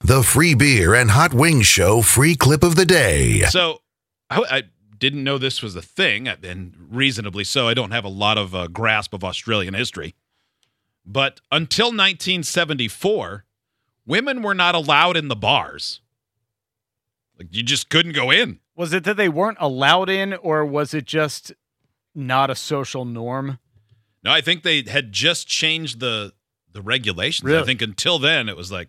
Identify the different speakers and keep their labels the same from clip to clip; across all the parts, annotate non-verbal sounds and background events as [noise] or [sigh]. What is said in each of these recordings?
Speaker 1: The Free Beer and Hot Wings Show free clip of the day.
Speaker 2: So I, I didn't know this was a thing, uh, and reasonably so. I don't have a lot of uh, grasp of Australian history. But until 1974, women were not allowed in the bars. Like you just couldn't go in.
Speaker 3: Was it that they weren't allowed in, or was it just not a social norm?
Speaker 2: No, I think they had just changed the the regulations. I
Speaker 3: Really?
Speaker 2: think until then it was like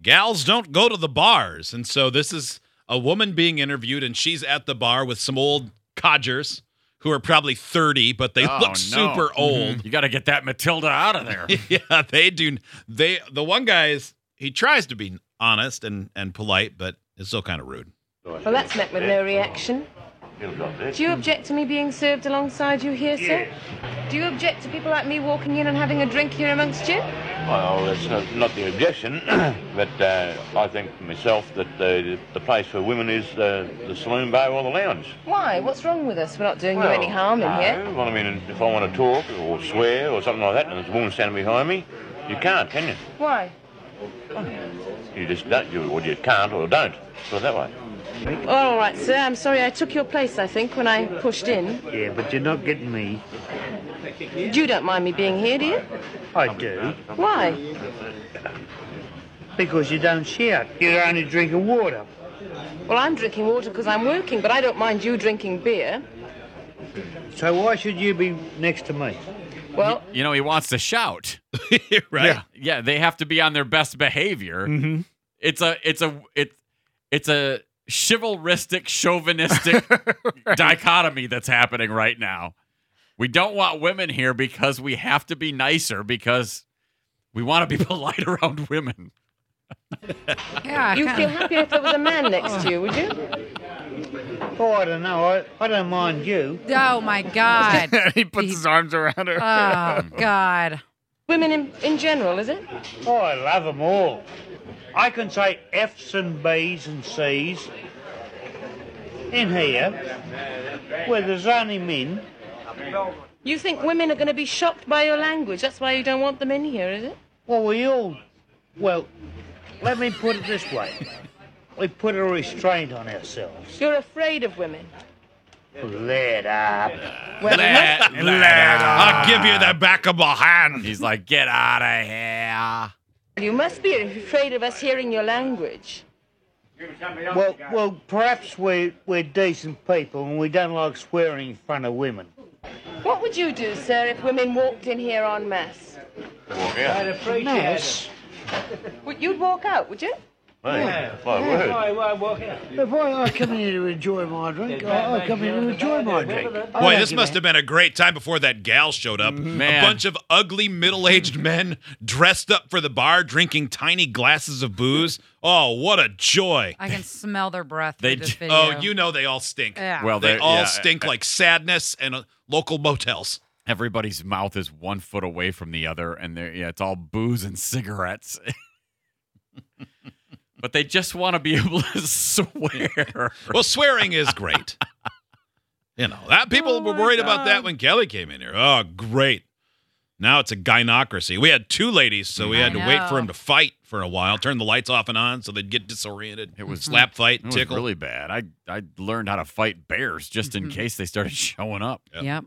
Speaker 2: gals don't go to the bars. And so this is a woman being interviewed and she's at the bar with some old codgers who are probably 30 but they
Speaker 4: Oh,
Speaker 2: look
Speaker 4: no.
Speaker 2: super old. [laughs]
Speaker 4: You got to get that Matilda out of there.
Speaker 2: yeah, they do they the one guy is he tries to be honest and and polite but it's still kind of rude.
Speaker 5: Well, that's met with no reaction. Do you object to me being served alongside you here, sir? Do you object to people like me walking in and having a drink here amongst you?
Speaker 6: Well, it's not, not the objection, [clears throat] but uh, I think myself that the, the place for women is the, the saloon bar or the lounge.
Speaker 5: Why? What's wrong with us? We're not doing you any harm in
Speaker 6: no.
Speaker 5: here.
Speaker 6: Well, I mean, if I want to talk or swear or something like that, and there's a woman standing behind me, you can't, can you?
Speaker 5: Why?
Speaker 6: You just don't. You, or you can't or don't. Put it that way.
Speaker 5: Oh, all right, sir. I'm sorry. I took your place, I think, when I pushed in.
Speaker 7: Yeah, but you're not getting me.
Speaker 5: You don't mind me being here, do you?
Speaker 7: I do.
Speaker 5: Why?
Speaker 7: Because you don't shout. You're only drinking water.
Speaker 5: Well, I'm drinking water because I'm working, but I don't mind you drinking beer.
Speaker 7: So why should you be next to me?
Speaker 5: Well,
Speaker 4: You know, he wants to shout.
Speaker 2: [laughs] right?
Speaker 4: Yeah, they have to be on their best behavior.
Speaker 3: Mm-hmm.
Speaker 4: It's a it's a it's it's a chivalristic chauvinistic
Speaker 2: [laughs]
Speaker 4: dichotomy that's happening right now. We don't want women here because we have to be nicer because we want to be [laughs] polite around women.
Speaker 8: Yeah,
Speaker 5: you'd feel happier if there was a man next to you, would you?
Speaker 7: Oh, I don't know. I, I don't mind you.
Speaker 8: Oh my God.
Speaker 3: [laughs] he puts his arms around her.
Speaker 8: Oh God.
Speaker 5: Women in, in general, is it?
Speaker 7: Oh, I love 'em all. I can say F's and B's and C's in here where there's only men.
Speaker 5: You think women are going to be shocked by your language? That's why you don't want them in here, is it?
Speaker 7: Well, we all. Well, let me put it this [laughs] way. We put a restraint on ourselves.
Speaker 5: You're afraid of women.
Speaker 7: Let up.
Speaker 4: Let- let
Speaker 2: I'll
Speaker 4: her-
Speaker 2: give you the back of my hand.
Speaker 4: He's like, get out of here.
Speaker 5: You must be afraid of us hearing your language.
Speaker 7: Well, well, perhaps we're, we're decent people and we don't like swearing in front of women.
Speaker 5: What would you do, sir, if women walked in here en masse?
Speaker 6: Walk out.
Speaker 7: Yes.
Speaker 5: Would you'd walk out, would you?
Speaker 6: Hey, my word.
Speaker 7: If I, I come here to enjoy my drink, I, I come here to enjoy my drink. I
Speaker 2: Boy,
Speaker 7: don't
Speaker 2: this
Speaker 7: give
Speaker 2: must
Speaker 7: a-
Speaker 2: have been a great time before that gal showed up.
Speaker 4: Mm-hmm. Man.
Speaker 2: A bunch of ugly middle-aged [laughs] men dressed up for the bar, drinking tiny glasses of booze. Oh, what a joy!
Speaker 8: I can smell their breath.
Speaker 4: [laughs] They
Speaker 8: through this
Speaker 4: d-
Speaker 8: video.
Speaker 2: Oh, you know they all stink.
Speaker 8: Yeah.
Speaker 4: Well,
Speaker 2: They
Speaker 4: they're-
Speaker 2: all
Speaker 4: yeah, e-
Speaker 2: stink like sadness and uh, local motels.
Speaker 4: everybody's mouth is one foot away from the other, and they're yeah, it's all booze and cigarettes. [laughs] but they just want to be able to [laughs] swear.
Speaker 2: [laughs] Well, swearing is great. you know that people
Speaker 4: Oh
Speaker 2: were
Speaker 4: my
Speaker 2: worried about
Speaker 4: God.
Speaker 2: that when Kelly came in here. Oh, great! Now it's a gynocracy. We had two ladies, so we
Speaker 8: I
Speaker 2: had to wait
Speaker 8: know.
Speaker 2: for him to fight for a while. Turn the lights off and on, so they'd get disoriented.
Speaker 4: It was-
Speaker 2: slap fight,
Speaker 4: It was
Speaker 2: tickle. Mm-hmm.
Speaker 4: really bad. I I learned how to fight bears just in
Speaker 8: Mhm.
Speaker 4: case they started [laughs] showing up.
Speaker 8: Yep.